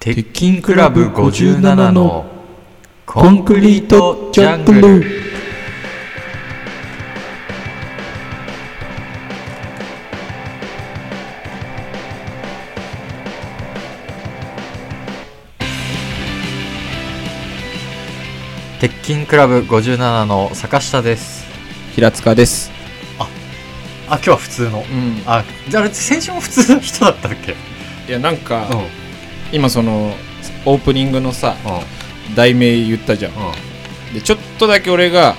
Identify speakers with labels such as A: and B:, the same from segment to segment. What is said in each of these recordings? A: 鉄筋クラブ57のコンクリートジャングル鉄筋クラブ57の坂下です
B: 平塚です。
A: あ今日は普通の
B: うん。
A: あじゃああれ先週も普通の人だったっけ
B: いやなんか、
A: うんうん
B: 今そのオープニングのさ題名言ったじゃん。でちょっとだけ俺が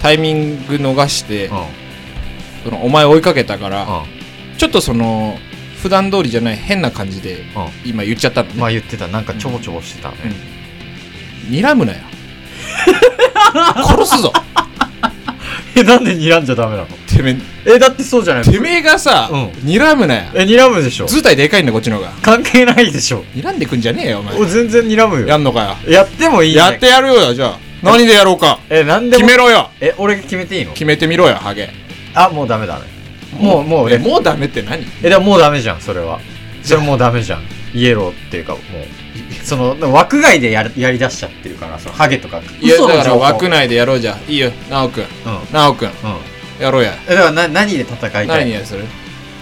B: タイミング逃して、
A: うんうん
B: そのお前追いかけたから、
A: うん
B: ちょっとその普段通りじゃない変な感じで今言っちゃったのね。
A: まあ言ってたなんかちょぼちょぼしてたね、
B: 睨むな よ。殺すぞ。
A: えなんで睨んじゃダメなの
B: てめ
A: えだってそうじゃない
B: てめえがさ、
A: うん
B: 睨むなよ。
A: え睨むでしょ
B: 図体でかいんだこっちの方が。
A: 関係ないでしょ
B: 睨んでくんじゃねえよお前。
A: お全然睨むよ
B: や
A: や
B: んのかよ。
A: ってもいい、ね、
B: やってやるよよじゃあ。何でやろうか。
A: えなんでも
B: 決めろよ。
A: え俺が決めていいの
B: 決めてみろよハゲ。
A: あもうダメだねもうもう
B: え
A: 俺
B: もうダメって何
A: えでももうダメじゃんそれはそれもうダメじゃんイエローっていうかもうその枠外でやるやりだしちゃってるからそのハゲとか
B: いや
A: 嘘の
B: だから
A: 情報
B: 枠内でやろうじゃんいいよ直くん
A: うんうん
B: 直くんやろうや
A: えだからな何で戦いたい
B: 何にする、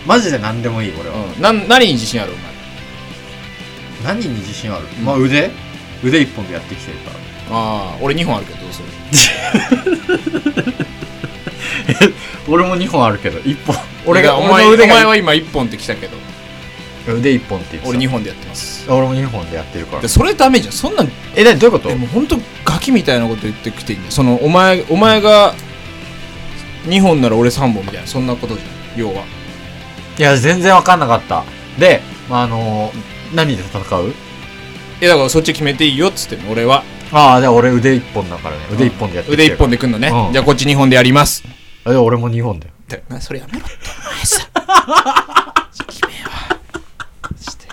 A: マジで何でもいい俺は、
B: うん、なん何に自信あるお
A: 何に自信ある、
B: うん
A: まあ腕腕一本でやってきてる から
B: 前ああ俺2本あるけどどうする
A: 俺も2本あるけど1本俺
B: いや
A: が
B: お
A: 俺
B: 前
A: の腕
B: お前
A: が
B: は今1本って来たけど
A: 腕1本って言ってた
B: 俺2本でやってます
A: 俺も2本でやってるから
B: でそれダメじゃんそんなん
A: え何どういうこと
B: でも本当ガキみたいなこと言ってきていいんだよそのお前お前が2本なら俺3本みたいなそんなことじゃん要はい
A: や全然分かんなかったで、まあ、あのー何で戦う
B: えだからそっち決めていいよっつってんの俺は
A: ああで俺腕1本だからね腕1本でやってきて
B: 腕
A: る
B: 1本でくんのね、
A: うん
B: じゃあこっち2本でやります
A: あで俺も2本だよ
B: ってなそれやめろってお前さ決めようして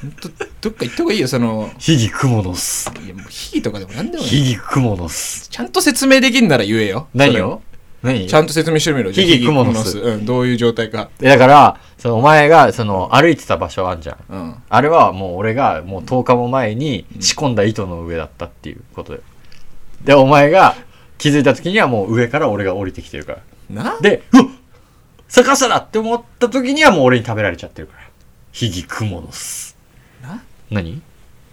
B: ほんとどっか行った方がいいよその
A: 悲劇クモの巣
B: いやもうヒギとかでも何でも
A: 悲
B: いい
A: 劇クモの巣
B: ちゃんと説明できんなら言えよ
A: 何を何
B: それちゃんと説明してみろ
A: ヒギ
B: じゃあ
A: 蜘蛛の巣
B: 蜘蛛うん、どういう状態か
A: だからそのお前がその歩いてた場所あんじゃん
B: うん
A: あれはもう俺がもう10日も前に仕込んだ糸の上だったっていうことで。で、お前が気づいた時にはもう上から俺が降りてきてるから。
B: な
A: で、うわっ逆さだって思った時にはもう俺に食べられちゃってるから。悲劇クモの巣。
B: な
A: 何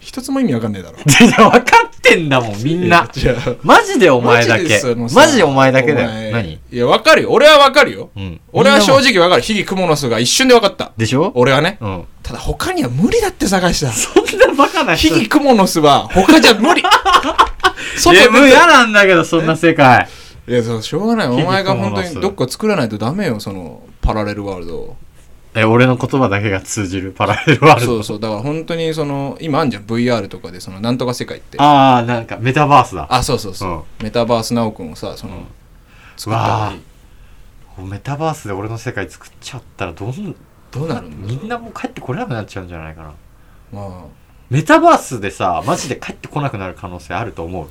B: 一つも意味わかんねえだろ
A: いや分かってんだもん、みんな。
B: じゃあ
A: マジでお
B: お
A: 前だけ。マジでお前だけだよ。何
B: いやわかるよ俺はわかるよ、
A: うん。
B: 俺は正
A: 直。
B: 直わかるヒギ蜘蛛の巣が一瞬でわかった
A: でしょ
B: 俺はね
A: うん。
B: ただ他には無理だって探した
A: そんなバカな
B: ヒギクモの巣は他じ ゃ無理外
A: いや、もう
B: 出て
A: 嫌なんだけど、そんな世界。
B: いやそうしょうがないお前が
A: ヒギクモ
B: 本
A: の
B: 当
A: 巣
B: にどっか作らないとダメよそのパラレルワールドを
A: え、俺の言葉だけが通じるパラレルワールド
B: そうそうだから本当にその今あんじゃん VR とかでそのなんとか世界ってあ
A: ああ、なんかメタバースだ。
B: そうそうそう、
A: うん
B: メタバースナオくんをさその、
A: うん
B: 作ったり
A: メタバースで俺の世界作っちゃったらどん、
B: どうなるんだ
A: みんなもう帰ってこれなくなっちゃうんじゃないかな。
B: ま
A: メタバースでさ、マジで帰ってこなくなる可能性あると思う。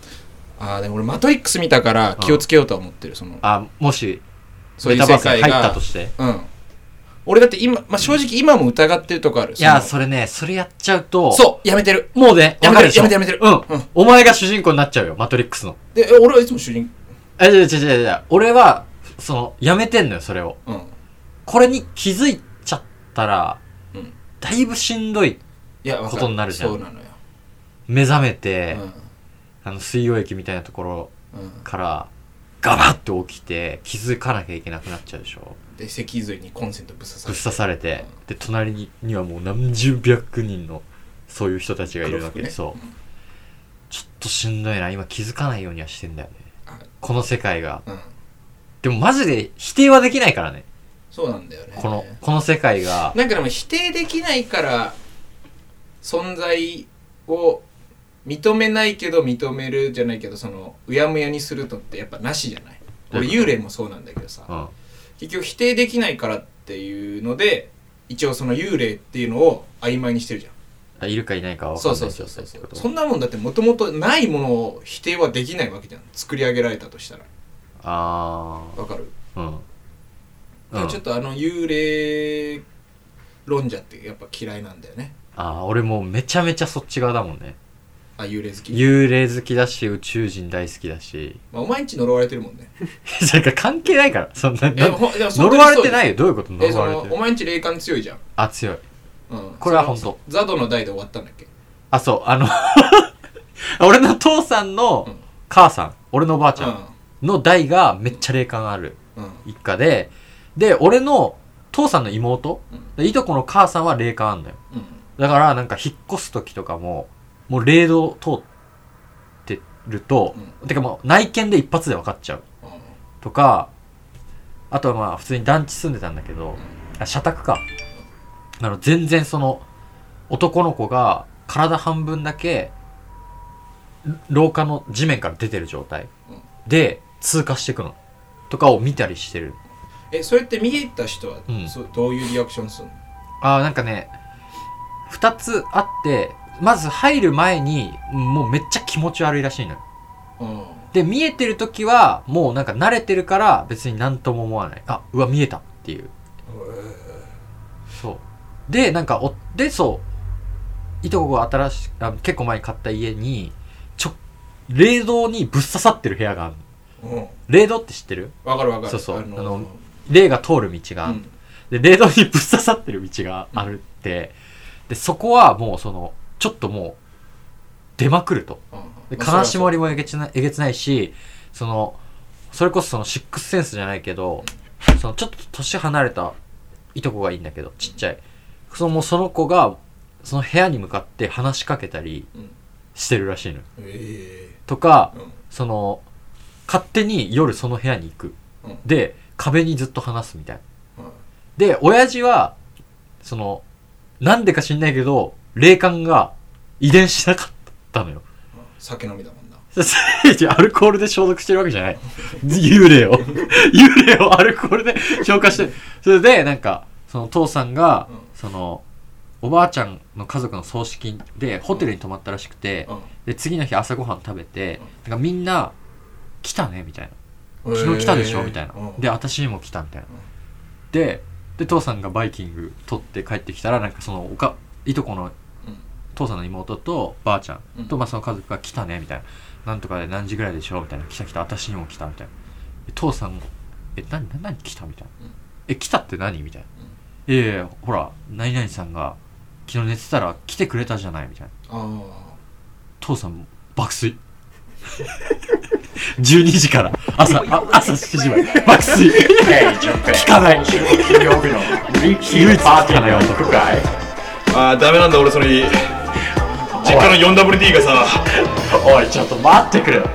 B: ああーでも俺マトリックス見たから気をつけようとは思ってるその
A: あ、もし、
B: そう
A: メ
B: いう
A: タバ
B: 世
A: ースに入
B: 界
A: った
B: が
A: として。
B: うん俺だって今、まあ、正直今も疑ってるとこある
A: いや、
B: そ
A: それね、それやっちゃうと、
B: のそうやめてる
A: う。もうね、
B: や
A: わか
B: め
A: るでし
B: てる
A: ょ
B: やめてやめてる
A: うん
B: うん。
A: お前が主人公になっちゃうよ、マトリックスの。
B: でえ俺はいつも主人
A: え、違う違う違う違う。俺は、その、やめてんのよ、それを。
B: うん
A: これに気づいちゃったら、
B: うん
A: だいぶしんどい。
B: いやわか
A: ことになるじゃん
B: そうなのよ、
A: 目覚めて、
B: う
A: あの、水溶液みたいなところ
B: んうん、
A: からガバッて起きて気づかなきゃいけなくなっちゃうでしょ
B: で脊髄にコンセントぶっ刺
A: ぶ
B: され
A: って刺されてで隣にはもう何十百人のそういう人たちがいるわけで、
B: 黒
A: そ
B: 服
A: う
B: ね
A: ちょっとしんどいな今気づかないようにはしてんだよね
B: あ
A: この世界が
B: うん、
A: でもマジで否定はできないからね
B: そうなんだよね
A: このこの世界が
B: なんかでも否定できないから存在を認めないけど認めるじゃないけどそのうやむやにするのってやっぱなしじゃない
A: どう
B: 俺
A: いう
B: 幽霊もそうなんだけどさ、
A: うん
B: 結局否定できないからっていうので一応その幽霊っていうのを曖昧にしてるじゃん
A: あいるかいないかは分か
B: そ
A: ん
B: う
A: ない
B: そう
A: 状
B: そうそ
A: 態
B: う
A: って
B: そ
A: こと
B: んなもんだってもともとないものを否定はできないわけじゃん作り上げられたとしたら
A: あ
B: わかる、
A: あうん
B: でもちょっとあの幽霊論者ってやっぱ嫌いなんだよね
A: ああ、俺もうめちゃめちゃそっち側だもんね。
B: あ幽霊好き、
A: 幽霊好きだし、宇宙人大好きだし。
B: まあ、お前んち呪われてるもんね
A: それか関係ないから。そんな、
B: え
A: な
B: ほでも
A: 呪われてないいよ。どういうこと
B: え
A: 呪
B: そ
A: われ
B: の
A: て
B: お
A: る
B: 前んち霊感強いじゃん、
A: あ、強い。
B: うん、
A: これは本当
B: そのザドの代で終わったんだっけ
A: あ、そう、あの、 俺の父さんの
B: うん
A: 母さん、俺のおばあち
B: う
A: ゃんの代がめっちゃ霊感ある
B: んうん
A: 一家で、で、俺の父さんの妹、でいとこの母さんは霊感あんのよ。
B: うん
A: だからなんか引っ越す時とかも、もう霊道通ってると、てかもう内見で一発で分かっちゃう。
B: うん
A: とか、あとはまあ普通に団地住んでたんだけど、あ、社宅か。あの、全然その、男の子が体半分だけ、廊下の地面から出てる状態
B: うん
A: で通過していくの。とかを見たりしてる。
B: えそれって見えた人は、
A: うん
B: そうどういうリアクションするの
A: あーなんかね、二つあって、まず入る前に、もうめっちゃ気持ち悪いらしいのよ。
B: うん
A: で、見えてる時は、もうなんか慣れてるから、別になんとも思わない。あ、うわ、見えたっていう。そう。で、なんかお、で、そう、いとこが新しあ結構前に買った家に、ちょ、冷蔵にぶっ刺さってる部屋があるの。
B: うん
A: 冷蔵って知ってる
B: わかるわかる
A: そうそう
B: の
A: あの霊が通る道があ
B: う
A: る、
B: ん
A: で、冷蔵にぶっ刺さってる道があるって、で、そこはもうその、ちょっともう、出まくると。
B: う
A: で
B: ん
A: 金絞りもえげつないえげつないしそのそれこそそのシックスセンスじゃないけどそのちょっと年離れたいとこがいいんだけどちっちゃいそのもうその子がその部屋に向かって話しかけたり
B: うん
A: してるらしいのよ
B: え
A: とか
B: えうん
A: その勝手に夜その部屋に行く
B: うん
A: で壁にずっと話すみたいな
B: うん
A: で親父はそのなんでか知んないけど霊感が遺伝しなかったのよ
B: 酒飲みだもんな
A: 違うアルコールで消毒してるわけじゃない。幽霊を。幽霊をアルコールで消化してる。それで、なんか、その父さんが
B: うん、
A: その、おばあちゃんの家族の葬式でホテルに泊まったらしくて、で、次の日朝ごはん食べて、なんかみんな、来たね、みたいな。
B: うん
A: 昨日来たでしょ、みたいな
B: ええうん。
A: で、私にも来た、みたいな
B: うん。
A: で、で、父さんがバイキング取って帰ってきたら、なんかその、おか、いとこの
B: うん
A: 父さんの妹とばあちゃんと、
B: うん
A: まあ、その家族が来たねみたいななんとかで何時ぐらいでしょうみたいな来た来た私にも来たみたいなで父さんも「え何何何来た?」みたいな
B: うん
A: 「え来たって何?」みたいな「いやいやほら何々さんが昨日寝てたら来てくれたじゃない」みたいな
B: あ
A: 父さんも爆睡12時から朝あ朝7時まで爆睡聞かない唯一聞かない男
C: ああダメなんだ俺それ実家の 4WD がさ
A: おいちょっと待ってくれよ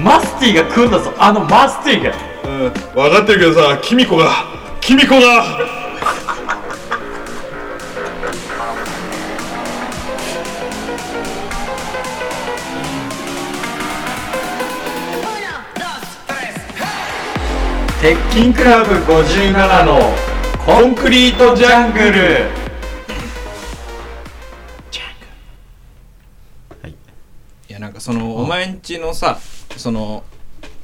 A: マスティが来んだぞあのマスティが
C: うん分かってるけどさキミコがキミコが
A: 鉄筋クラブ57のコンクリートジャングル
B: あいやなんかそのお前んちのさその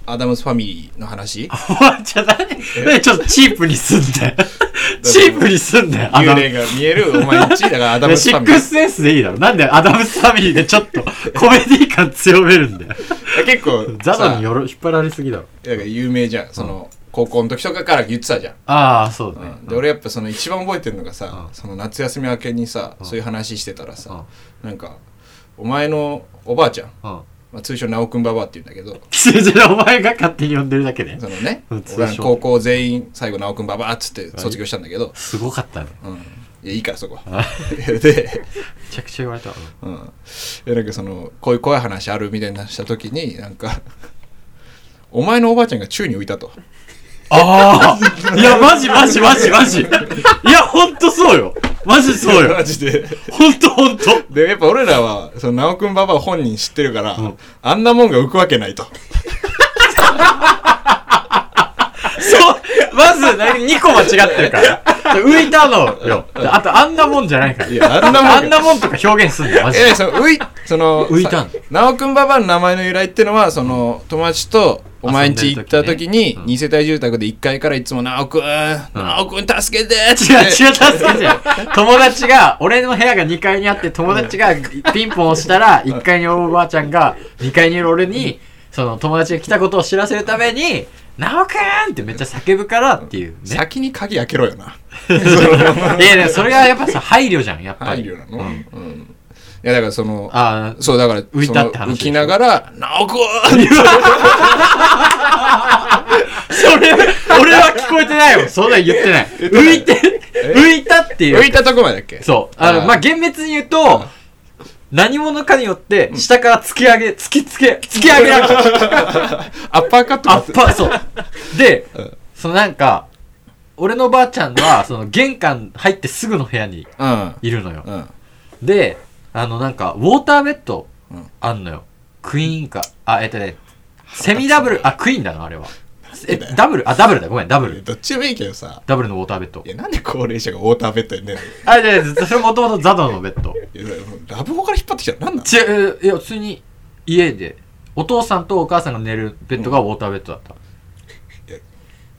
B: アダムスファミリーの話
A: お前じゃあ何何ちょっとチープにすんだよチープにすんだよア
B: 幽
A: ダム
B: 霊が見えるお前んちだからアダムス
A: シ
B: フ
A: ッ
B: ァミリ
A: ク
B: ー
A: スセンスでいいだろなんでアダムスファミリーでちょっとコメディ感強めるんだよ
B: いや結構
A: ザド
B: さ
A: によろ引っ張られすぎだろ
B: だから有名じゃんその高校の時とかから言ってたじゃん
A: ああそうだね、
B: で俺やっぱその一番覚えてるのがさ、
A: うん
B: その夏休み明けにさ、そういう話してたらさ、なんかお前のおばあちゃん、
A: うん
B: まあ、通称直くんばばあって言うんだけど
A: 奇跡でお前が勝手に呼んでるだけね
B: そのね
A: うん通称
B: 俺らの高校全員最後直くんばばあっつって卒業したんだけど、
A: すごかったね
B: うん、いやいいからそこ
A: あ
B: は で、
A: めちゃくちゃ言われたわ
B: うん、でなんかそのこういう怖い話あるみたいなした時になんか お前のおばあちゃんが宙に浮いたと
A: ああいやマジマジマジマジいやほんとそうよマジそうよ
B: マジで
A: ほんとほんと
B: でやっぱ俺らはその直くんばばあ本人知ってるから、
A: ん
B: あんなもんが浮くわけないと。
A: そう、まず、何、2個間違ってるから。浮いたのよ。あと、あんなもんじゃないから。
B: いやあんなもん
A: あんなもんとか表現すんだよ、マジで。
B: えその浮いその
A: 浮いたん
B: さ直くんばばの名前の由来ってのはその友達とお前んち行った時に、
A: 遊んでる時ねうん
B: 二世帯住宅で1階からいつも「直くん直くん助けて!」っ
A: 違
B: て
A: う違う助けてよ友達が俺の部屋が2階にあって友達がピンポン押したら1階にいるおばあちゃんが2階にいる俺にその友達が来たことを知らせるために「なおくん!」ってめっちゃ叫ぶからっていうね
B: 先に鍵開けろよな
A: いやいやそれがやっぱさ配慮じゃんやっぱ
B: 配
A: り
B: 慮なの、
A: う
B: うんんいやだからその
A: あ
B: そうだから浮
A: いたって話でしょ
B: 浮きながら「直くん!」
A: あそれ俺は聞こえてないよそんなん言ってない浮いて浮いたっていう
B: 浮いたとこまでだっけ
A: そう。あの、
B: はい
A: まあ、厳密に言うと、何者かによって、下から突き上げ、突きつけ、突き上げられた。
B: アッパーカット
A: ア
B: か
A: ッパー、そう。で、そのなんか、俺のばあちゃんは、その玄関入ってすぐの部屋にいるのよ
B: う。んうん
A: で、あのなんか、ウォーターベッド
B: うん、
A: あんのよ。クイーンか、あ、えっとね、セミダブル、あ、クイーンだな、あれは。え、ダブルあ、ダブルだ、ごめん、ダブル。
B: どっちでもいいけどさ
A: ダブルのウォーターベッド
B: い。やなんで高齢者がウォーターベッドに寝る
A: あ、じゃそれもともとザドのベッド。
B: のいやもうラブホから引っ張ってきたら何なの
A: 違ういや普通に家でお父さんとお母さんが寝るベッドがウォーターベッドだった、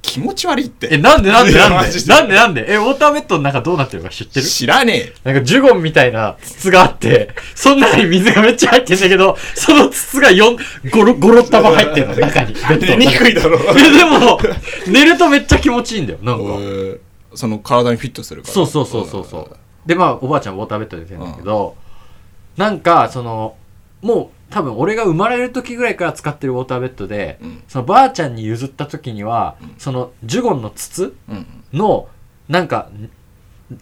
B: 気持ち悪いっ
A: え
B: て
A: なんでなんで
B: いや
A: なん
B: マ
A: で
B: ジで
A: なんでなんでえウォーターベッドの中どうなってるか知ってる
B: 知らね
A: なんかジュゴンみたいな筒があってその中に水がめっちゃ入ってんだけどその筒が4 5 6束入ってるの中にベ
B: え
A: ッド
B: 寝
A: の
B: に
A: 中
B: くいだろ
A: えでも寝るとめっちゃ気持ちいいんだよなんか
B: うんその体にフィットするから
A: そうそうそうそうそう、でまあおばあちゃんウォーターベッドで寝てんだけど、なんかそのもう多分俺が生まれる時ぐらいから使ってるウォーターベッドで、
B: うん
A: そのばあちゃんに譲った時には、
B: ん
A: そのジュゴンの筒
B: うんうん
A: のなんか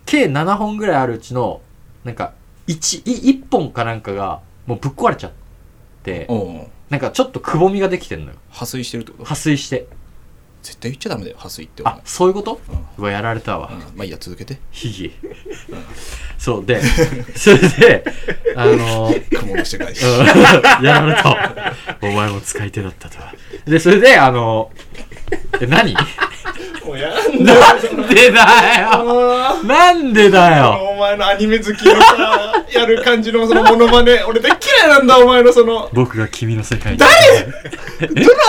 A: 計7本ぐらいあるうちのなんか 1, 1本かなんかがもうぶっ壊れちゃって
B: おう
A: なんかちょっとくぼみができてんのよ
B: 破水してるってこと
A: 破水して
B: 絶対言っちゃダメだよ破水ってお前
A: あそういうこと、
B: うん
A: うわやられたわ、
B: うんまあいいや続けて
A: ひげ。そうで、 それで、あのー、
B: 雲の世界
A: うん やられた。お前も使い手だったとは。で、それで、あのー、え、何
C: もうやんだ
A: なんでだよ
C: あー
A: なんでだよ
C: お前のアニメ好きのさやる感じのそのモノマネ 俺大嫌いなんだお前のその
A: 僕が君の世界に。
C: どの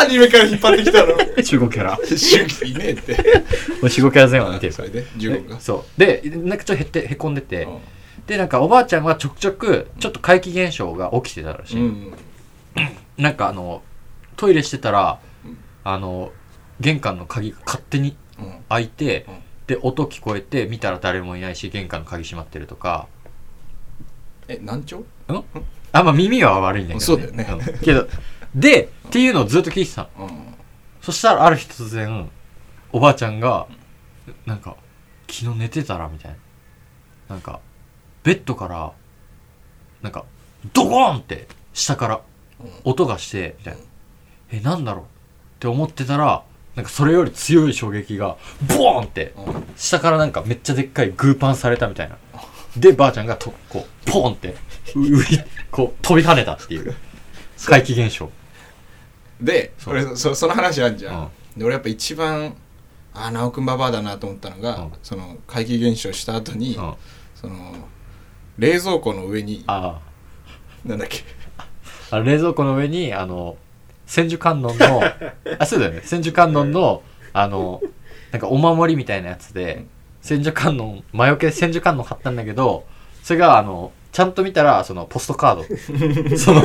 C: アニメから引っ張ってきたの
A: 中国キャラ。
C: 周期いねえって
A: もう中国キャラ全話見てる
C: そ
A: か
C: れ
A: ら。
C: で15が
A: そう。で、なんかちょっと減って、へこんでて、
C: う
A: で、なんかおばあちゃんはちょくちょく、ちょっと怪奇現象が起きてたらしい。
B: うんうん
A: なんかあの、トイレしてたら
B: うん、
A: あの、玄関の鍵が勝手に
B: うん
A: 開いて、
B: うん
A: で音聞こえて見たら誰もいないし玄関の鍵閉まってるとか
B: え難聴
A: あまあ耳は悪いんだけど、
B: そうだよね
A: んけどでっていうのをずっと聞いてたの
B: うん
A: そしたらある日突然おばあちゃんがなんか「昨日寝てたら」みたいななんかベッドからなんかドゴーンって下から
B: うん
A: 音がしてみたいな「えなんだろう?」って思ってたらなんかそれより強い衝撃がボーンって
B: うん
A: 下からなんかめっちゃでっかいグーパンされたみたいなでばあちゃんがとこうポーンってうういこう飛び跳ねたっていう怪奇現象
B: で
A: そう
B: 俺そその話あんじゃん、
A: うん
B: で俺やっぱ一番ああ直くんババアだなと思ったのが、
A: うん
B: その怪奇現象した後に、
A: うんあ
B: その冷蔵庫の上に
A: あ
B: なんだっけ
A: あの冷蔵庫の上にあの千手観音のあそうだよね千手観音のあのなんかお守りみたいなやつで千手観音魔除け千手観音買ったんだけどそれがあのちゃんと見たらそのポストカードその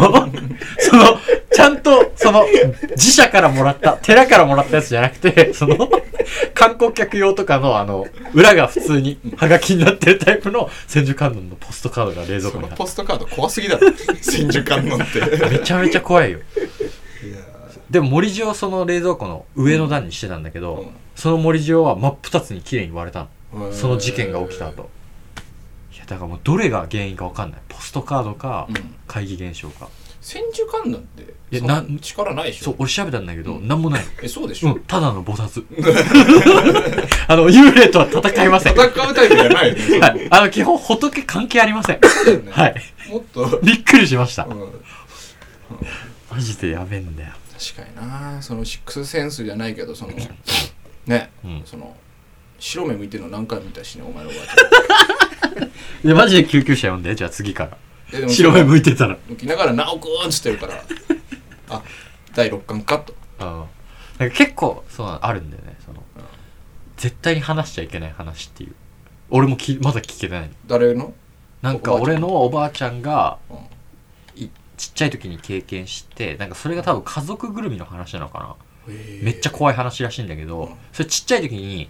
A: そのちゃんとその自社からもらった寺からもらったやつじゃなくてその観光客用とかのあの裏が普通にハガキになってるタイプの千手観音のポストカードが冷蔵
B: そ
A: 庫
B: の
A: にあっ
B: ポストカード怖すぎだ ろ千手観音って
A: ためちゃめちゃ怖いよ
B: いや
A: でも森塩をその冷蔵庫の上の段にしてたんだけど、
B: うん
A: その森塩は真っ二つに綺麗に割れたの
B: ー
A: その事件が起きた後いやだからもうどれが原因か分かんないポストカードか
B: うん
A: 怪奇現象か、
B: 千手観音って
A: いや
B: そ
A: な
B: の力ないでしょ
A: そう俺調べたんだけど、
B: うん
A: なんもない
B: えそうでし
A: う
B: ょ、
A: んただの菩 薩あの幽霊とは戦いません
B: 戦うタイプじゃないよね
A: はいあの基本仏関係ありません
B: そうだよね
A: はい
B: もっと、うん、確
A: びっくりしましたマジでやべえんだよ
B: かになそのシックスセンスじゃないけどそのね、
A: うん
B: その白目向いてるの何回も見たしねお前のおばあちゃん
A: でマジで救急車呼んでじゃあ次から
B: いやでも
A: 白目向いてたら
B: 向きながら「なおくん」っつってるからあ第6巻かと
A: あなんか結構そうなのあるんだよねその絶対に話しちゃいけない話っていう俺もきまだ聞けてないの
B: 誰の
A: なんか
B: おばあちゃん
A: 俺のおばあちゃんが
B: うん
A: いちっちゃい時に経験してなんかそれが多分家族ぐるみの話なのかなめっちゃ怖い話らしいんだけど、
B: うん
A: それちっちゃい時に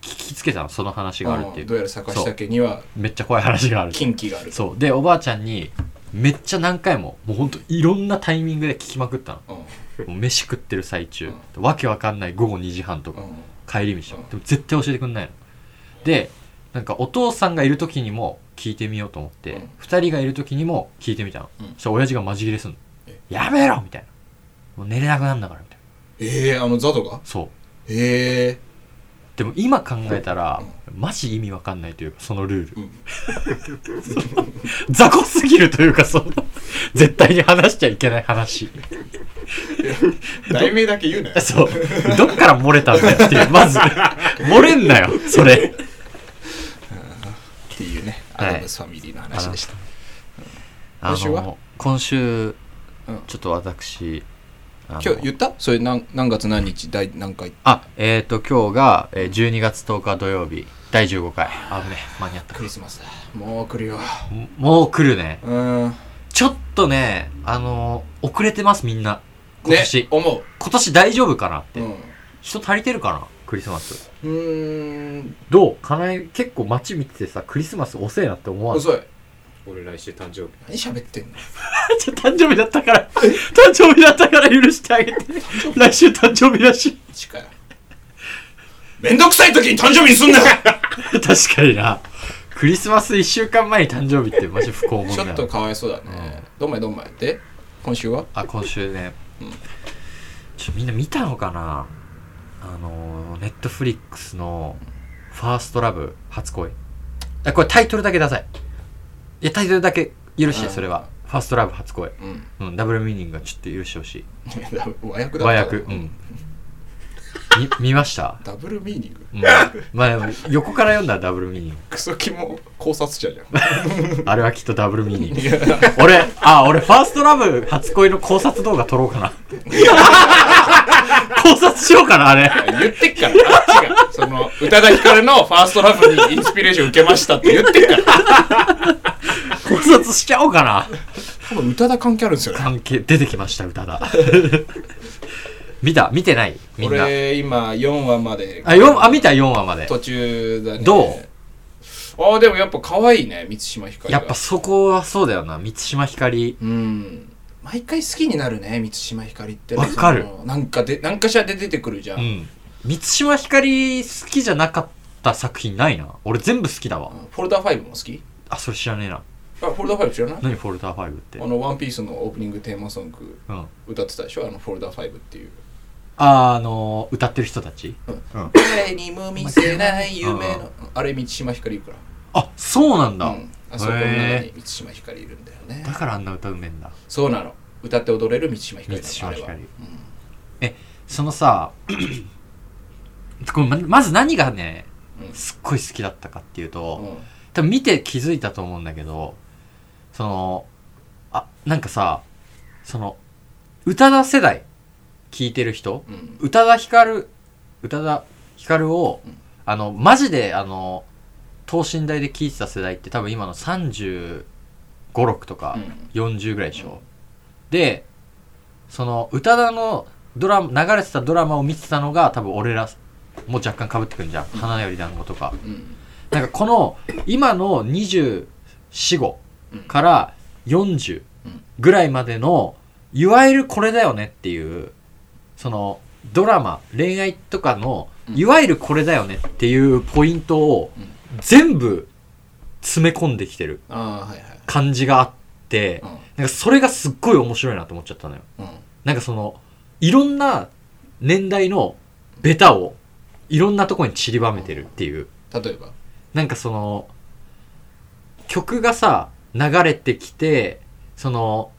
A: 聞きつけたのその話があるってい
B: ん
A: う
B: どうやら坂下家には
A: めっちゃ怖い話がある
B: 近畿があると
A: そうでおばあちゃんにめっちゃ何回ももうほんといろんなタイミングで聞きまくったの
B: うん
A: もう飯食ってる最中、わけわかんない午後2時半とか、
B: うん
A: 帰り道と
B: う
A: か
B: ん
A: でも絶対教えてくんないのでなんかお父さんがいる時にも聞いてみようと思って、
B: うん
A: 2人がいる時にも聞いてみたの、
B: うん
A: そしたら親父がマジ切れすんの
B: え
A: 「やめろ!」みたいな「もう寝れなくなんだから」みたいな
B: ええあのザドが
A: そう
B: ええ
A: でも今考えたら、マジ意味わかんないというかそのルール、
B: うん
A: 雑魚すぎるというかその絶対に話しちゃいけない話
C: 題名だけ言うなよ
A: そうどっから漏れたんだよっていうまず漏れんなよそれ
B: っていうね
A: はい
B: アダムスファミリーの話でした
A: あの
B: 今週は
A: 今週
B: うん
A: ちょっと私あの
B: 今日言ったそれ何何月何日第何回
A: あえっ、と今日がえー12月10日土曜日第15回あぶね間に合った
B: クリスマスだもう来るよ
A: ももう来るね
B: うん
A: ちょっとねあの遅れてますみんな今
B: ね
A: 年、
B: 思
A: 今年大丈夫かなっ
B: う
A: て、
B: うんう
A: 人足りてるかなクリスマス
B: ーん
A: どうかなえ結構街見ててさクリスマス遅えなって思わない
B: 遅い
D: 俺来週誕生日
B: 何喋ってんの
A: ちょ 誕生日だったから誕生日だったから許してあげて来週誕生日だしい
B: 一からめんどくさい時に誕生日にすんな
A: 確かになクリスマス1週間前に誕生日ってマジ不幸者
B: ち
A: だ
B: ょ
A: よ
B: っとかわいそうだねどんまいどんまいで今週は
A: あ今週ね、
B: うん
A: ちょみんな見たのかなあのネットフリックスの「ファーストラブ初恋」あこれタイトルだけくださいいやタイトルだけ許して
B: うん
A: それは「ファーストラブ初恋
B: うん」
A: うんダブルミーニングはちょっと許してほしい
B: 和訳だ
A: 和訳うんみ見ました、
B: ダブルミーニング
A: うん、まあでも横から読んだらダブルミーニン
B: クソキモ考察者じゃん
A: グあれはきっとダブルミーニング
B: いや
A: 俺あ俺ファーストラブ初恋の考察動画撮ろうかな 考察しようかなあれ
B: 言ってっからあ違うその宇多田ヒカルの「ファーストラブにインスピレーション受けましたって言ってっから
A: 考察しちゃおうかな
B: 多分宇多田関係あるんですよね
A: 関係出てきました歌だ見た見てないみんな
B: 俺今4話まで
A: あよんあ見た4話まで
B: 途中だね
A: どう
B: ああでもやっぱ可愛いね満島ひかり
A: や
B: が
A: っぱそこはそうだよな満島ひかり
B: うん毎回好きになるね満島ひかりって
A: わかる
B: そのなんかで何かしらで出てくるじゃん、
A: う
B: うん
A: ん満島ひかり好きじゃなかった作品ないな俺全部好きだわ
B: フォルダー5も好き
A: あそれ知らねえな
B: あフォルダー5知らない
A: 何フォルダー5って
B: あ
A: うん
B: の「ワンピースのオープニングテーマソング
A: あ
B: 歌ってたでしょあの「フォルダー5っていう
A: あの歌ってる人たち
B: 誰にも見せない夢
A: う
B: のあれ満島ひかりいるから
A: あそうなんだ、
B: うん、あそこの中
A: へ
B: に満島ひかりいるんだよね
A: だからあんな歌うめえんだ
B: そうなの歌って踊れる満島ひかりなの
A: 満島ひかり
B: あれはうん
A: そのさ これままず何がね
B: うん
A: すっごい好きだったかっていうと、
B: うん
A: 多分見て気づいたと思うんだけどそのあなんかさその宇多田世代聞いてる人
B: うん
A: 宇多田ヒカル宇多田ヒカルを、
B: うん
A: あのマジであの等身大で聞いてた世代って多分今の3 5 6とか
B: うん
A: 40ぐらいでしょ、
B: うん
A: でその宇多田のドラマ流れてたドラマを見てたのが多分俺らも若干被ってくるんじゃん「花より団子」とか
B: うん
A: なんかこの今の245から40
B: うん
A: ぐらいまでのいわゆるこれだよねっていうそのドラマ恋愛とかの
B: うん
A: いわゆるこれだよねっていうポイントを
B: うん
A: 全部詰め込んできてる
B: ああはいはい
A: 感じがあってなんかそれがすっごい面白いなと思っちゃったのよ
B: うんうん
A: なんかそのいろんな年代のベタをいろんなとこに散りばめてるっていう
B: 例えば
A: なんかその、曲がさ、流れてきて、その、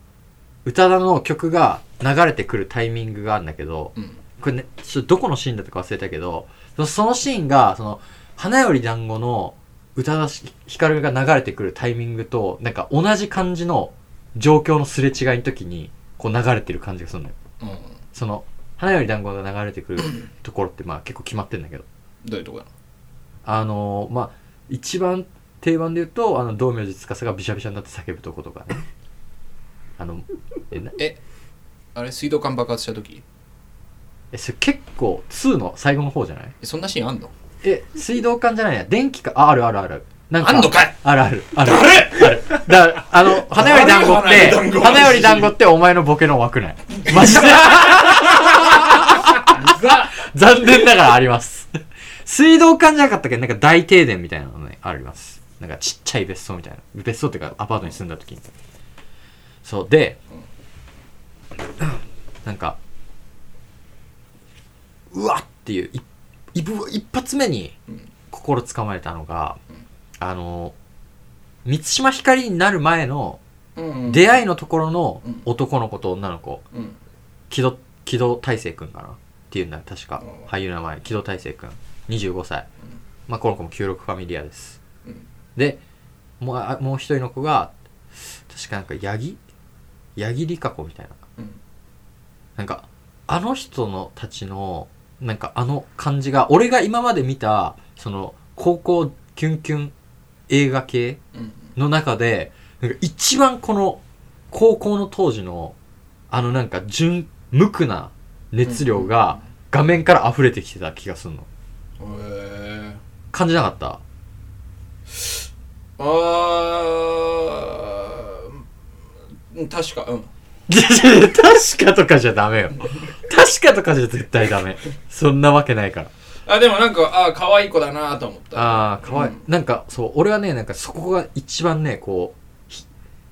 A: 宇多田の曲が流れてくるタイミングがあるんだけど、
B: うん
A: これね、ちょっとどこのシーンだったか忘れたけど、そのそのシーンが、その、花より団子の宇多田ヒカルが流れてくるタイミングと、なんか同じ感じの状況のすれ違いの時に、こう流れてる感じがするのよ。
B: うん
A: その、花より団子が流れてくるところってまあ結構決まってんだけど
B: どういうとこな
A: あのーまあ一番定番で言うとあの道明寺司がびしゃびしゃになって叫ぶとことかねあのえな
B: あれ水道管爆発した時
A: えそれ結構2の最後の方じゃない
B: えそんなシーンあんの
A: え水道管じゃないや電気かああるあるあるなんか
B: あんのかい
A: あるあるあるあるだあの花より団子って
C: 花より団子
A: 花より団子ってお前のボケの枠内マジで残念ながらあります水道管じゃなかったっけどなんか大停電みたいなのねありますなんかちっちゃい別荘みたいな別荘っていうかアパートに住んだ時にそうでなんかうわっていういいぶ一発目に
B: うん
A: 心つかまれたのが、
B: うん
A: あの満島ひかりになる前の
B: うん
A: 出会いのところの
B: うん
A: 男の子と女の子
B: うん
A: 木戸木戸大成君かなっていうんだ確か
B: うん
A: 俳優の名前木戸大成君25歳、
B: うん
A: まあこの子も96ファミリアです、
B: うん
A: でもうあもう一人の子が確かなんか八木八木里香子みたいな
B: うん
A: なんかあの人のたちのなんかあの感じが俺が今まで見たその高校キュンキュン映画系
B: うん
A: の中でなんか一番この高校の当時のあのなんか純無垢な熱量が画面から溢れてきてた気がするの
B: へえ
A: 感じなかった
B: あーうん確かうん
A: いやいや 確かとかじゃダメよ 確かとかじゃ絶対ダメそんなわけないから
B: あでもなんかあー可愛い子だなと思った
A: ああかわいい、
B: うん
A: なんかそう俺はねなんかそこが一番ねこうひ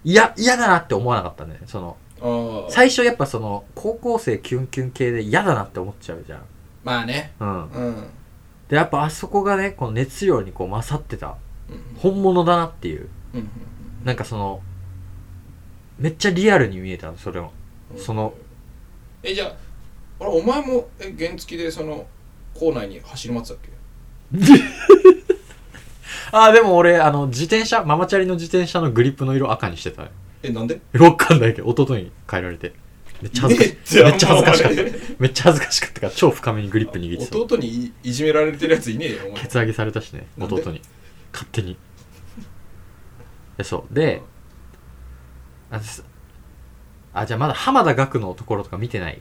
A: いや嫌だなって思わなかったねその
B: あー
A: 最初やっぱその高校生キュンキュン系で嫌だなって思っちゃうじゃん
B: まあね
A: うん
B: うんうん
A: でやっぱあそこがねこの熱量にこう勝ってた
B: うん
A: 本物だなっていう
B: うん
A: なんかそのめっちゃリアルに見えたのそれも
B: うん
A: その
B: えじゃああれお前もえ原付でその校内に走り回ってたっけ
A: ああでも俺あの自転車ママチャリの自転車のグリップの色赤にしてたね
B: えなんで
A: わかんないけど弟に変えられてめっちゃ恥ずかし
B: ね
A: いめっちゃ恥ずかしかっためっちゃ恥ずかしか
B: じゃあお
A: ったから超深めにグリップ握ってた
B: 弟にいいじめられてるやついねえよお前
A: ケツ上げされたしね
B: なんで
A: 弟に勝手にでそうであすあじゃあまだ浜田学のところとか見てない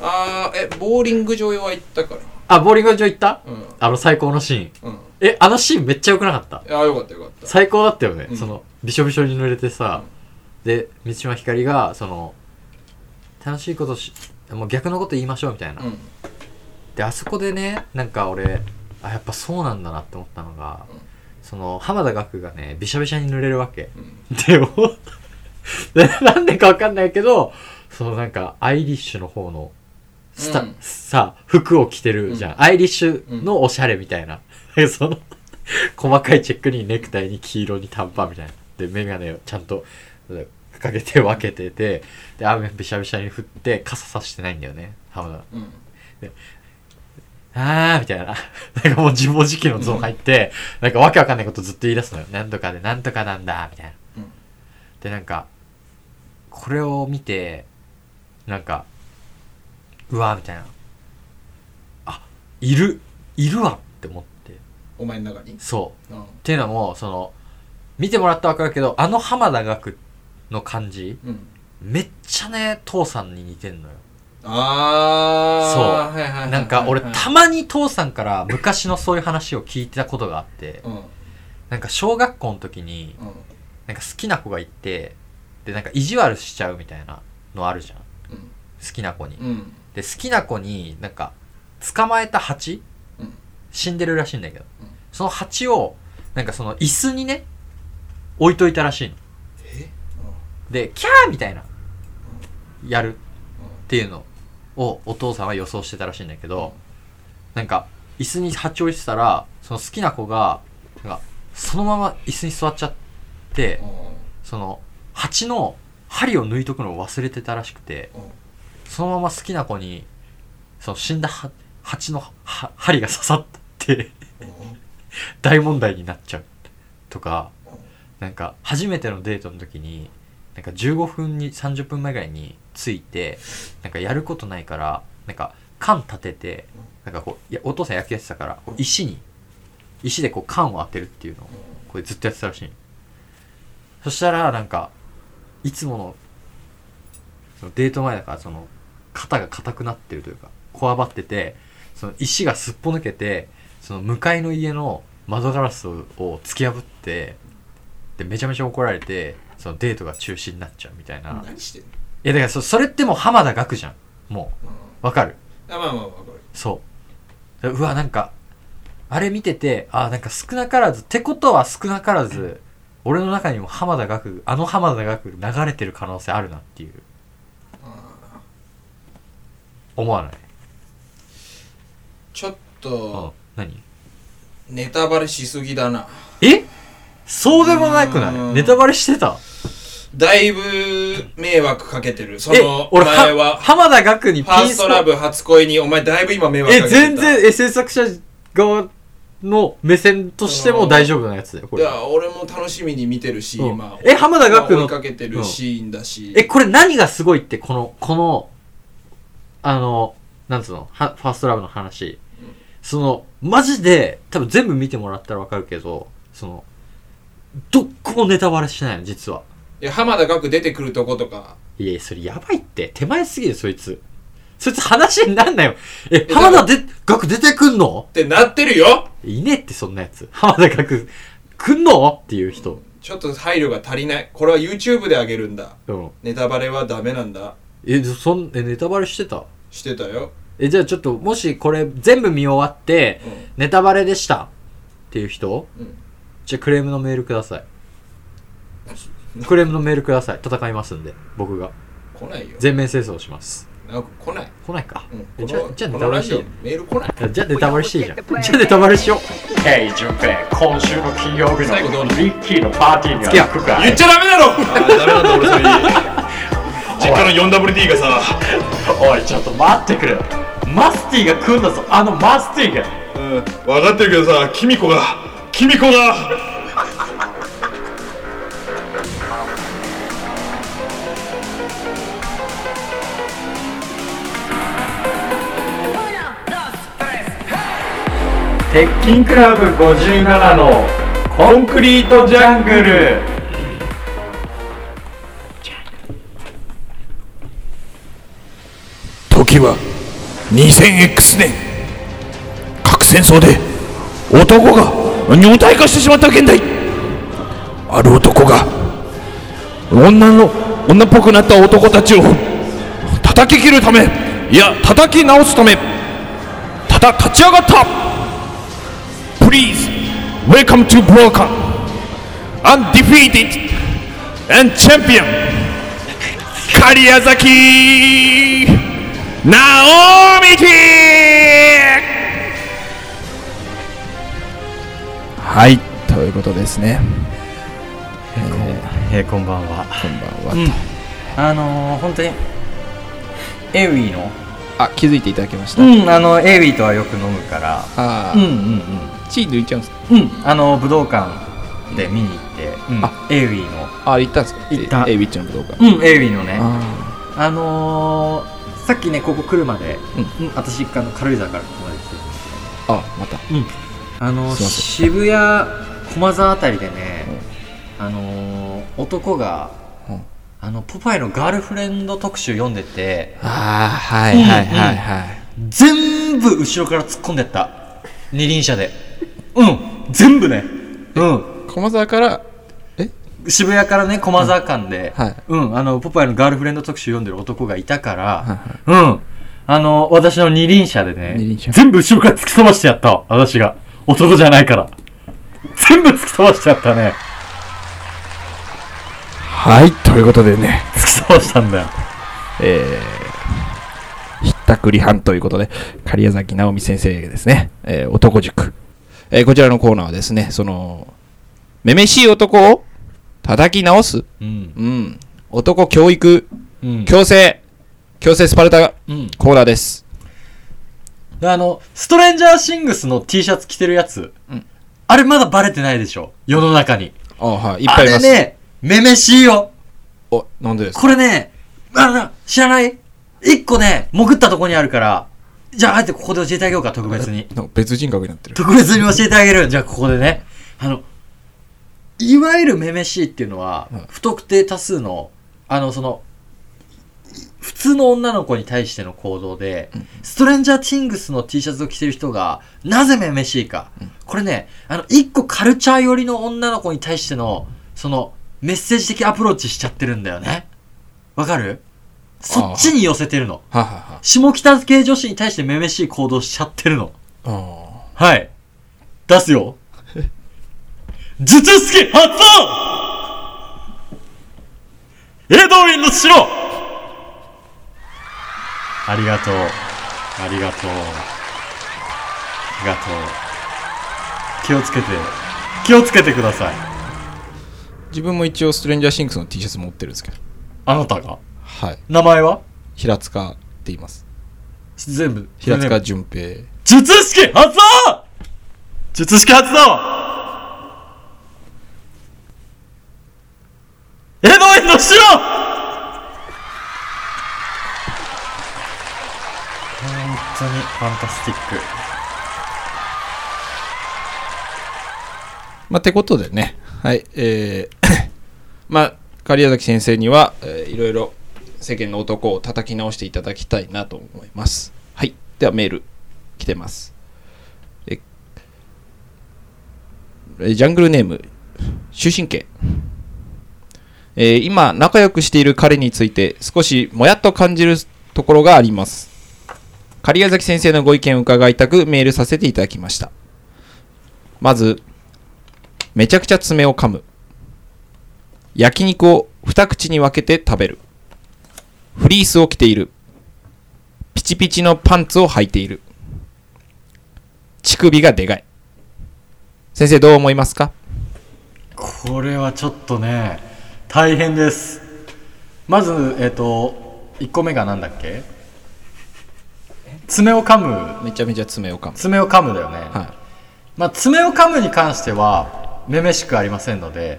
B: ああえボーリング場は行ったから
A: あボーリング場行った
B: うん
A: あの最高のシーン
B: うん
A: えあのシーンめっちゃ良くなかった
B: ああよかったよかった
A: 最高だったよね、
B: うん
A: そのびしょびしょに濡れてさ、で三島ひかりがその楽しいことしもう逆のこと言いましょうみたいな、
B: うん
A: であそこでねなんか俺あやっぱそうなんだなって思ったのが、
B: うん
A: その浜田岳がねびしゃびしゃに濡れるわけ
B: うん
A: でもで なんでかわかんないけどそのなんかアイリッシュの方のスタ、
B: うん
A: さ服を着てるじゃん、アイリッシュのおしゃれみたいな、 その細かいチェックにネクタイに黄色に短パンみたいなで眼鏡をちゃんとうんかけて分けててで雨びしゃびしゃに降って傘さしてないんだよね浜田
B: うん
A: あーみたいな。 なんかもう自暴自棄のゾーン入って、なんかわけわかんないことずっと言い出すのよ。なんとかでなんとかなんだ、みたいな。
B: うん
A: で、なんか、これを見て、なんか、うわーみたいな。あ、いる、いるわって思って。
B: お前の中に
A: そう。
B: うん
A: っていうのも、その、見てもらったらわかるけど、あの浜田学の感じ、
B: うん
A: めっちゃね、父さんに似てんのよ。
B: ああ
A: そう
B: はいはいはいはい
A: なんか俺たまに父さんから昔のそういう話を聞いてたことがあって
B: うんうん
A: なんか小学校の時になんか好きな子がいてでなんか意地悪しちゃうみたいなのあるじゃん好
B: うん
A: きな子に
B: うん
A: で好きな子になんか捕まえた蜂
B: うん
A: 死んでるらしいんだけど
B: うん
A: その蜂をなんかその椅子にね置いといたらしいの
B: え
A: でキャーみたいなやるっていうのをお父さんは予想してたらしいんだけどなんか椅子に八をしてたらその好きな子がなんかそのまま椅子に座っちゃって
B: うんうん
A: その蜂の針を抜いとくのを忘れてたらしくて
B: うん
A: そのまま好きな子にその死んだは蜂のは針が刺さって大問題になっちゃうとかなんか初めてのデートの時になんか15分に30分前ぐらいに着いてなんかやることないからなんか缶立ててなんかこういやお父さん野球やってたからこう石に石でこう缶を当てるっていうのをこれずっとやってたらしいそしたらなんかいつものそのデート前だからその肩が硬くなってるというかこわばっててその石がすっぽ抜けてその向かいの家の窓ガラスをを突き破ってでめちゃめちゃ怒られてそのデートが中止になっちゃうみたいな、い
E: 何してんの
A: やだからそそれってもう浜田岳じゃんもうわかる
E: あまあまあわかる
A: そううわなんかあれ見ててあなんか少なからずってことは少なからず俺の中にも浜田岳あの浜田岳流れてる可能性あるなっていう
E: あ
A: 思わない
E: ーちょっ
A: うん
E: と
A: 何
E: ネタバレしすぎだな
A: えそうでもなくな
E: うー
A: い
E: ん
A: ネタバレしてた
E: だいぶ迷惑かけてるそ
A: え
E: の
A: 俺
E: 前は
A: 浜田岳に
E: ファーストラブ初恋にお前だいぶ今迷惑かけ
A: え
E: てた
A: 全然え制作者側の目線としても大丈夫なやつだよこ
E: い
A: れ
E: や俺も楽しみに見てるし、
A: うん
E: 今
A: え浜田岳の
E: 追いかけてるシーンだし、
A: えこれ何がすごいってこのこのあのなんつうのはファーストラブの話そのマジで多分全部見てもらったらわかるけどそのどっこもネタバレしないの実はい
E: や浜田岳出てくるとことか
A: いやそれやばいって手前すぎるそいつそいつ話になんなよえ
E: え
A: 浜田で学出てくんの
E: ってなってるよ
A: いねえってそんなやつ。浜田学、くんのっていう人。
E: ちょっと配慮が足りないこれは YouTube であげるんだ
A: うん。
E: ネタバレはダメなんだ
A: え、そん、え、ネタバレしてた
E: してたよ、
A: え、じゃあちょっと、もしこれ全部見終わって、
E: う
A: ネタバレでしたっていう人
E: んうん、
A: じゃあクレームのメールください。クレームのメールください。戦いますんで、僕が。
E: 来ないよ
A: 全面清掃します。
E: なんか来ない、
A: 来ないか。
E: う
A: え
E: ん、
A: じゃあ
E: この
A: じゃあ
E: こ
A: ネタ
E: の
A: バレ
E: ラ
A: し
E: ジ
A: よ
E: オ
A: う
E: メール来ない
A: いやじゃあネタバレしていいじゃん。じゃあネタバレしよう。
F: Hey, 淳平、今週の金曜日の
E: 最後どうなる
F: リッキーのパーティーには
A: 付き合う
F: 行くか
C: 言っちゃダメだ ろダメなんだ俺それ実家の 4WD がさ
F: おい、ちょっと待ってくれよマスティが来んだぞ、あのマスティが
C: うん分かってるけどさキミコがキミコが
F: 鉄筋クラブ57のコンクリートジャングル
B: 時は 2000X 年核戦争で男が女体化してしまった現代ある男が女の女っぽくなった男たちを叩き切るためいや叩き直すためただ立ち上がった Please welcome to Broken undefeated and champion 狩矢崎なおみきはいということですね
G: えーこんばんは
B: こんばんは、
G: あのー、本当にエウィの
B: あ気づいていただきました、
G: うんあのエウィとはよく飲むから
B: あ
G: うん
B: ー
G: うん
B: 血抜いちゃうんですか
G: うんうんあの武道館で見に行って、うん
B: あ
G: エウィの
B: あ行ったんですか
G: 行った
B: えエイビッチの武道館
G: うんエウィのねあ
B: あ
G: のー、さっきねここ来るまで、
B: う
G: うん、私あの軽井沢からここまで来て
B: ーあまた
G: あの
B: すいません
G: 渋谷駒沢あたりでね、あのー男が、
B: うん
G: あのポパイのガールフレンド特集読んでて
B: あーはいはいはいはい、
G: 全部後ろから突っ込んでった二輪車でうん全部ねうん
B: 駒沢から
G: 渋谷からね駒沢間で、
B: はい
G: うんあのポパイのガールフレンド特集読んでる男がいたから、
B: は
G: うんあの私の二輪車でね
B: 二輪車
G: 全部後ろから突き飛ばしてやったわ私が男じゃないから全部突き飛ばしてやったね
B: はいということでね
G: 突き飛ばしたんだよ
B: えー、ひったくり犯ということで、狩矢崎直美先生ですね、えー男塾、えーこちらのコーナーはですね、その、めめしい男を叩き直す、
G: うん
B: うん、男教育、
G: うん
B: 強制、強制スパルタ
G: うん
B: コーナーです。
G: あのストレンジャーシングスの T シャツ着てるやつ、
B: うん
G: あれまだバレてないでしょ世の中に
B: あはい、いっぱいあります。
G: あれね、めめしいよ。
B: お、なんでですか
G: これね、あら、知らない
A: 一個ね、潜ったとこにあるから、じゃああえてここで教えてあげようか、特別に。
B: なんか別人格になってる。
A: 特別に教えてあげる。じゃあここでね。あの、いわゆるめめしいっていうのは、
B: うん
A: 不特定多数の、あの、その、普通の女の子に対しての行動で、ストレンジャー・ティングスの T シャツを着てる人が、なぜめめしいか。これね、あの、一個カルチャー寄りの女の子に対しての、その、メッセージ的アプローチしちゃってるんだよね。わかるそっちに寄せてるの。
B: はいは
A: 下北系女子に対してめめしい行動しちゃってるの。
B: いは
A: はい。出すよ。頭突き発動エドウィンの城ありがとう。ありがとう。ありがとう。気をつけて。気をつけてください。
B: い。自分も一応ストレンジャーシンクスの T シャツ持ってるんですけど。
A: あなたが。
B: はい。
A: 名前は
B: 平塚って言います。
A: 全部。
B: 平塚淳平。
A: 術式発動術式発動エドウィンの城本当にファンタスティック。
B: まあ、てことでね、はい、えー まあ、狩矢崎先生には、えーいろいろ世間の男を叩き直していただきたいなと思います。はい、ではメール来てます。ええージャングルネーム、終身刑。えー今、仲良くしている彼について少しもやっと感じるところがあります。狩矢崎先生のご意見を伺いたくメールさせていただきました。まず、めちゃくちゃ爪を噛む焼肉を二口に分けて食べるフリースを着ているピチピチのパンツを履いている乳首がでかい先生どう思いますか
A: これはちょっとね大変ですまずえっ、と1個目がなんだっけ爪を噛む
B: めちゃめちゃ爪を噛む
A: 爪を噛むだよね、
B: はい
A: まあ、爪を噛むに関してはめめしくありませんので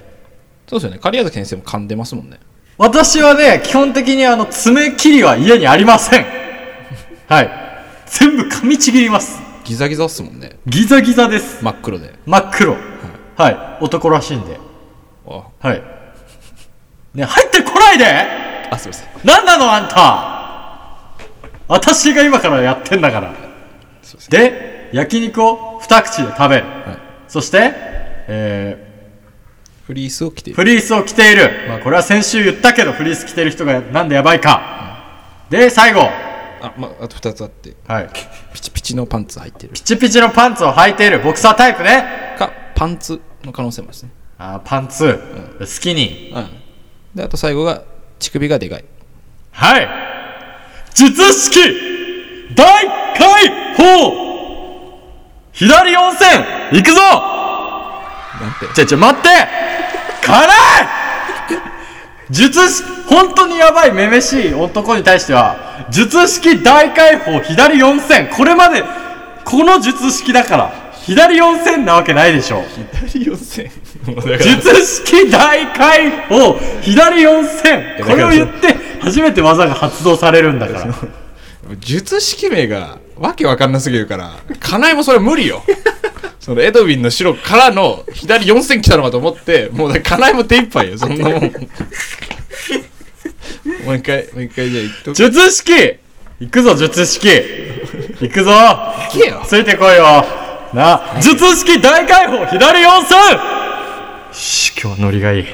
B: そうですよね狩矢崎先生も噛んでますもんね
A: 私はね基本的にあの爪切りは家にありま せんはい全部噛みちぎります
B: ギザギザっすもんね
A: ギザギザです
B: 真っ黒で
A: 真っ黒はい男らしいんで
B: あ
A: はいね入ってこないで
B: あすいません
A: なんなのあんた私が今からやってんだからで焼肉を二口で食べる、そして、え
B: フリースを着てい
A: ー
B: る
A: フリースを着ている、まあ、これは先週言ったけどフリース着てる人がなんでやばいか、で最後、は
B: あ,、まあと2つあって
A: い、
B: ピチピチのパンツ履いてる
A: ピチピチのパンツを履いているボクサータイプね
B: かパンツの可能性もあるですね
A: あーパンツ、スキニー
B: うんであと最後が乳首がでかい
A: はい術式大解放左温泉行くぞ
B: なんて
A: ちょちょ待って辛い術式本当にやばいめめしい男に対しては術式大解放左4線これまでこの術式だから左4線なわけないでしょ
B: 左線
A: 術式大解放左4線
B: や
A: これを
B: だから
A: 言って初めて技が発動されるんだから
B: 術式名がわけわかんなすぎるから金井もそれ無理 よそのエドウィンの白からの左4線来たのかと思ってもうだから金井も手一杯よそんな もんもう一回もう一回じゃあ言っとく
A: 術式行くぞ術式行くぞ
B: けよ
A: ついてこいよなあ術式大解放左4線し今日ノリがいい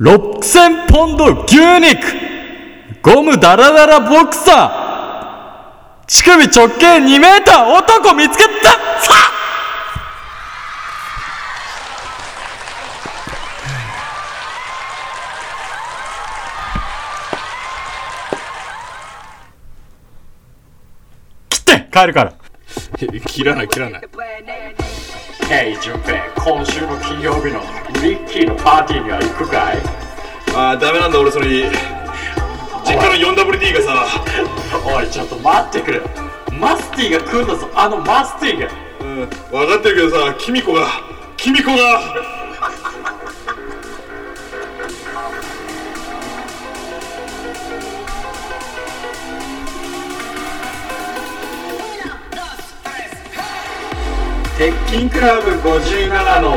A: 6000ポンド牛肉ゴムダラダラボクサー乳首直径2メーター男見つけたさあ切って帰る から
F: 切らない切らない
H: Hey 順平今週の金曜日のリッキーのパーティーには行くかい
F: ああダメなんだ俺それ実家の 4WD がさ
H: おいちょっと待ってくれマスティが来るんだぞあのマスティが
F: うん分かってるけどさキミコがキミコが鉄筋クラブ57の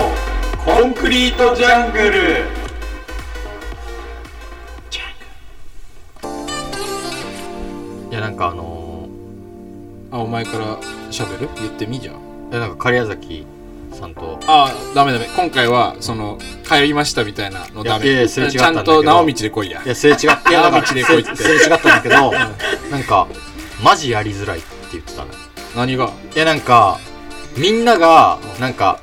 F: コンクリートジャングル
A: いやなんかあのー
B: あお前から喋る言ってみじゃん
A: いやなんか狩屋崎さんと
B: ああダメダメ今回はその帰りましたみたいなのダ
A: いやい
B: メ
A: やすれ違っ
B: ち
A: た
B: ゃ
A: んだ
B: ん
A: けど
B: と直道で来いや
A: いやすれ違っいやだから
B: 山道で来いって
A: すれ違ったんだけどなんかマジやりづらいって言ってたのよ
B: 何が
A: いやなんかみんながなんか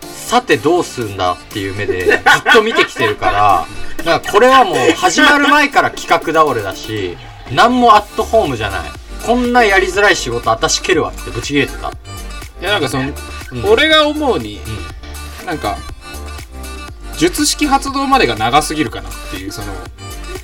A: さてどうすんだっていう目でずっと見てきてるからなんかこれはもう始まる前から企画倒れだし何もアットホームじゃないこんなやりづらい仕事私蹴るわってブチ切れてた
B: いやなんかそ
A: う
B: の、
A: ん
B: 俺が思うに、なんか術式発動までが長すぎるかなっていうその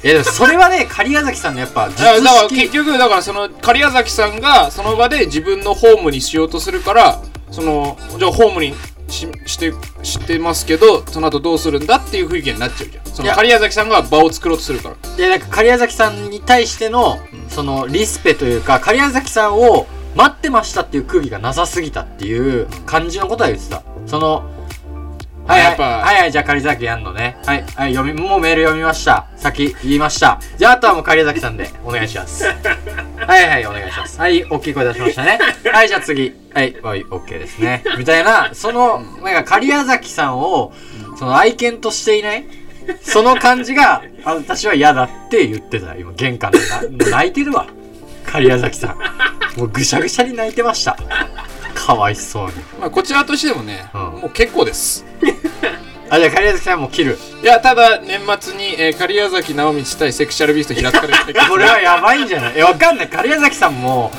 A: いやでもそれは ね狩矢崎さんのやっぱ術
B: だからだから
A: 式
B: 結局だからその狩矢崎さんがその場で自分のホームにしようとするからそのじゃあホームにししてしてますけどその後どうするんだっていう雰囲気になっちゃうじゃんそ
A: い
B: の
A: や
B: 狩矢崎さんが場を作ろうとするから
A: でなんか狩矢崎さんに対してのそのリスペというか狩矢崎さんを待ってましたっていう空気がなさすぎたっていう感じのことは言ってたそのはいは
B: や
A: い
B: っぱ
A: はいはいじゃあ狩矢崎やんのねはいはい読みもうメール読みました先言いましたじゃああとはもう狩矢崎さんでお願いし ますはいはいお願いしますはい大きい声出しましたねはいじゃあ次はいはいオッケーですねみたいなそのなんか狩矢崎さんをその愛犬としていないその感じが、あ私は嫌だって言ってた。今、玄関でな。もう泣いてるわ。狩矢崎さん。もうぐしゃぐしゃに泣いてました。かわいそうに。
B: まあこちらとしてもね、
A: うん
B: もう結構です
A: あ、じゃあ狩矢崎さんもう切る。
B: いやただ年末に、えー、狩矢崎直道対セクシャルビースト平塚で
A: これはやばいんじゃないえ、わかんない。狩矢崎さんも、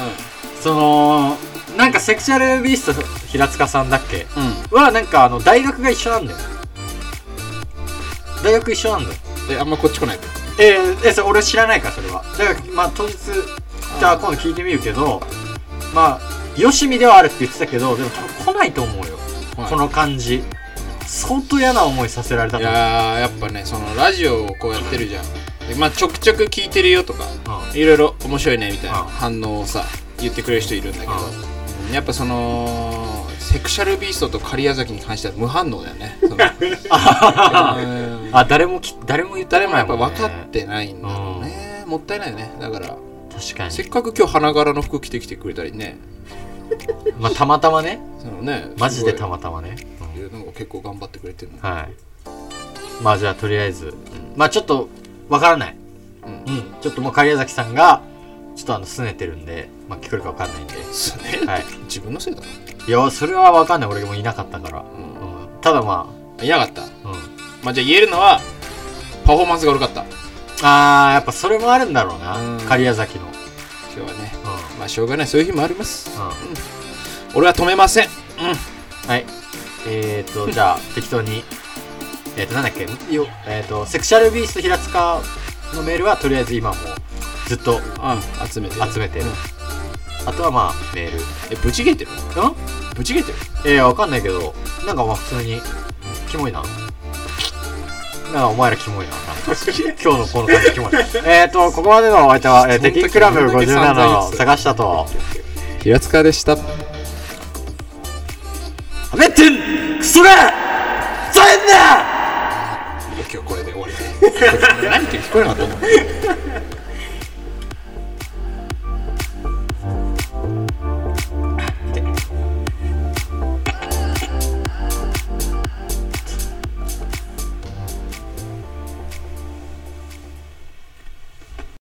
A: その、なんかセクシャルビースト平塚さんだっけ
B: うん、うん
A: は、なんかあの、大学が一緒なんだよ。大学一緒なんだよ。
B: えあんまこっち来ないで
A: えーえそれ俺知らないからそれはだからまあ当日じゃあ今度聞いてみるけどまあよしみではあるって言ってたけどでも多分来ないと思うよ、
B: はい
A: この感じ相当嫌な思いさせられた
B: い
A: と思う
B: やーやっぱねそのラジオをこうやってるじゃんでまあちょくちょく聞いてるよとか
A: う
B: いろいろ面白いねみたいな
A: うん
B: 反応をさ言ってくれる人いるんだけどやっぱそのセクシャルビーストと狩矢崎に関しては無反応だよね そのうん
A: あ誰もき誰も言って
B: 誰も
A: な
B: や
A: い
B: っぱ
A: もん、ね、
B: 分かってないんだろうねもったいないよねだから
A: 確か
B: せっ
A: に、
B: かく今日花柄の服着てきてくれたりね
A: まあ、たまたまね
B: そのね
A: マジでた
B: ま
A: またまね、うん
B: なんか結構頑張ってくれてるの
A: はいまあじゃあとりあえず、まあちょっとわからない
B: うん
A: うん、ちょっともう狩矢崎さんがちょっとあの拗ねてるんでまあ聞くるかわかんないんで
B: そうね
A: はい
B: 自分のせいだない
A: やそれは分かんない俺もいなかったから、うんただま
B: いなかった
A: あ、うん、
B: まあじゃあ言えるのはパフォーマンスが悪かった
A: あーやっぱそれもあるんだろうな、
B: うん
A: 狩矢崎の、うん
B: 今日はね
A: う
B: まあしょうがないそういう日もあります
A: ん、
B: 俺は止めません
A: はいえー とじゃあ適当にえーとなんだっけよ、えー、とセクシャルビースト平塚のメールはとりあえず今もうずっと
B: うん集めて
A: 集めてる
B: うん
A: あとはまあメール
B: えブチ切れてる
A: うん
B: ブチ切れてる
A: えー、わかんないけどなんかまあ普通にキモいななんかお前らキモいななん か今日のこの感じキモいえーとここまでのお相手は、えー、テキクラブ57を探したと
B: 平塚でした
A: はめってんクソがざえんな
B: 今日これで終わり何言ってる聞こえなかったもん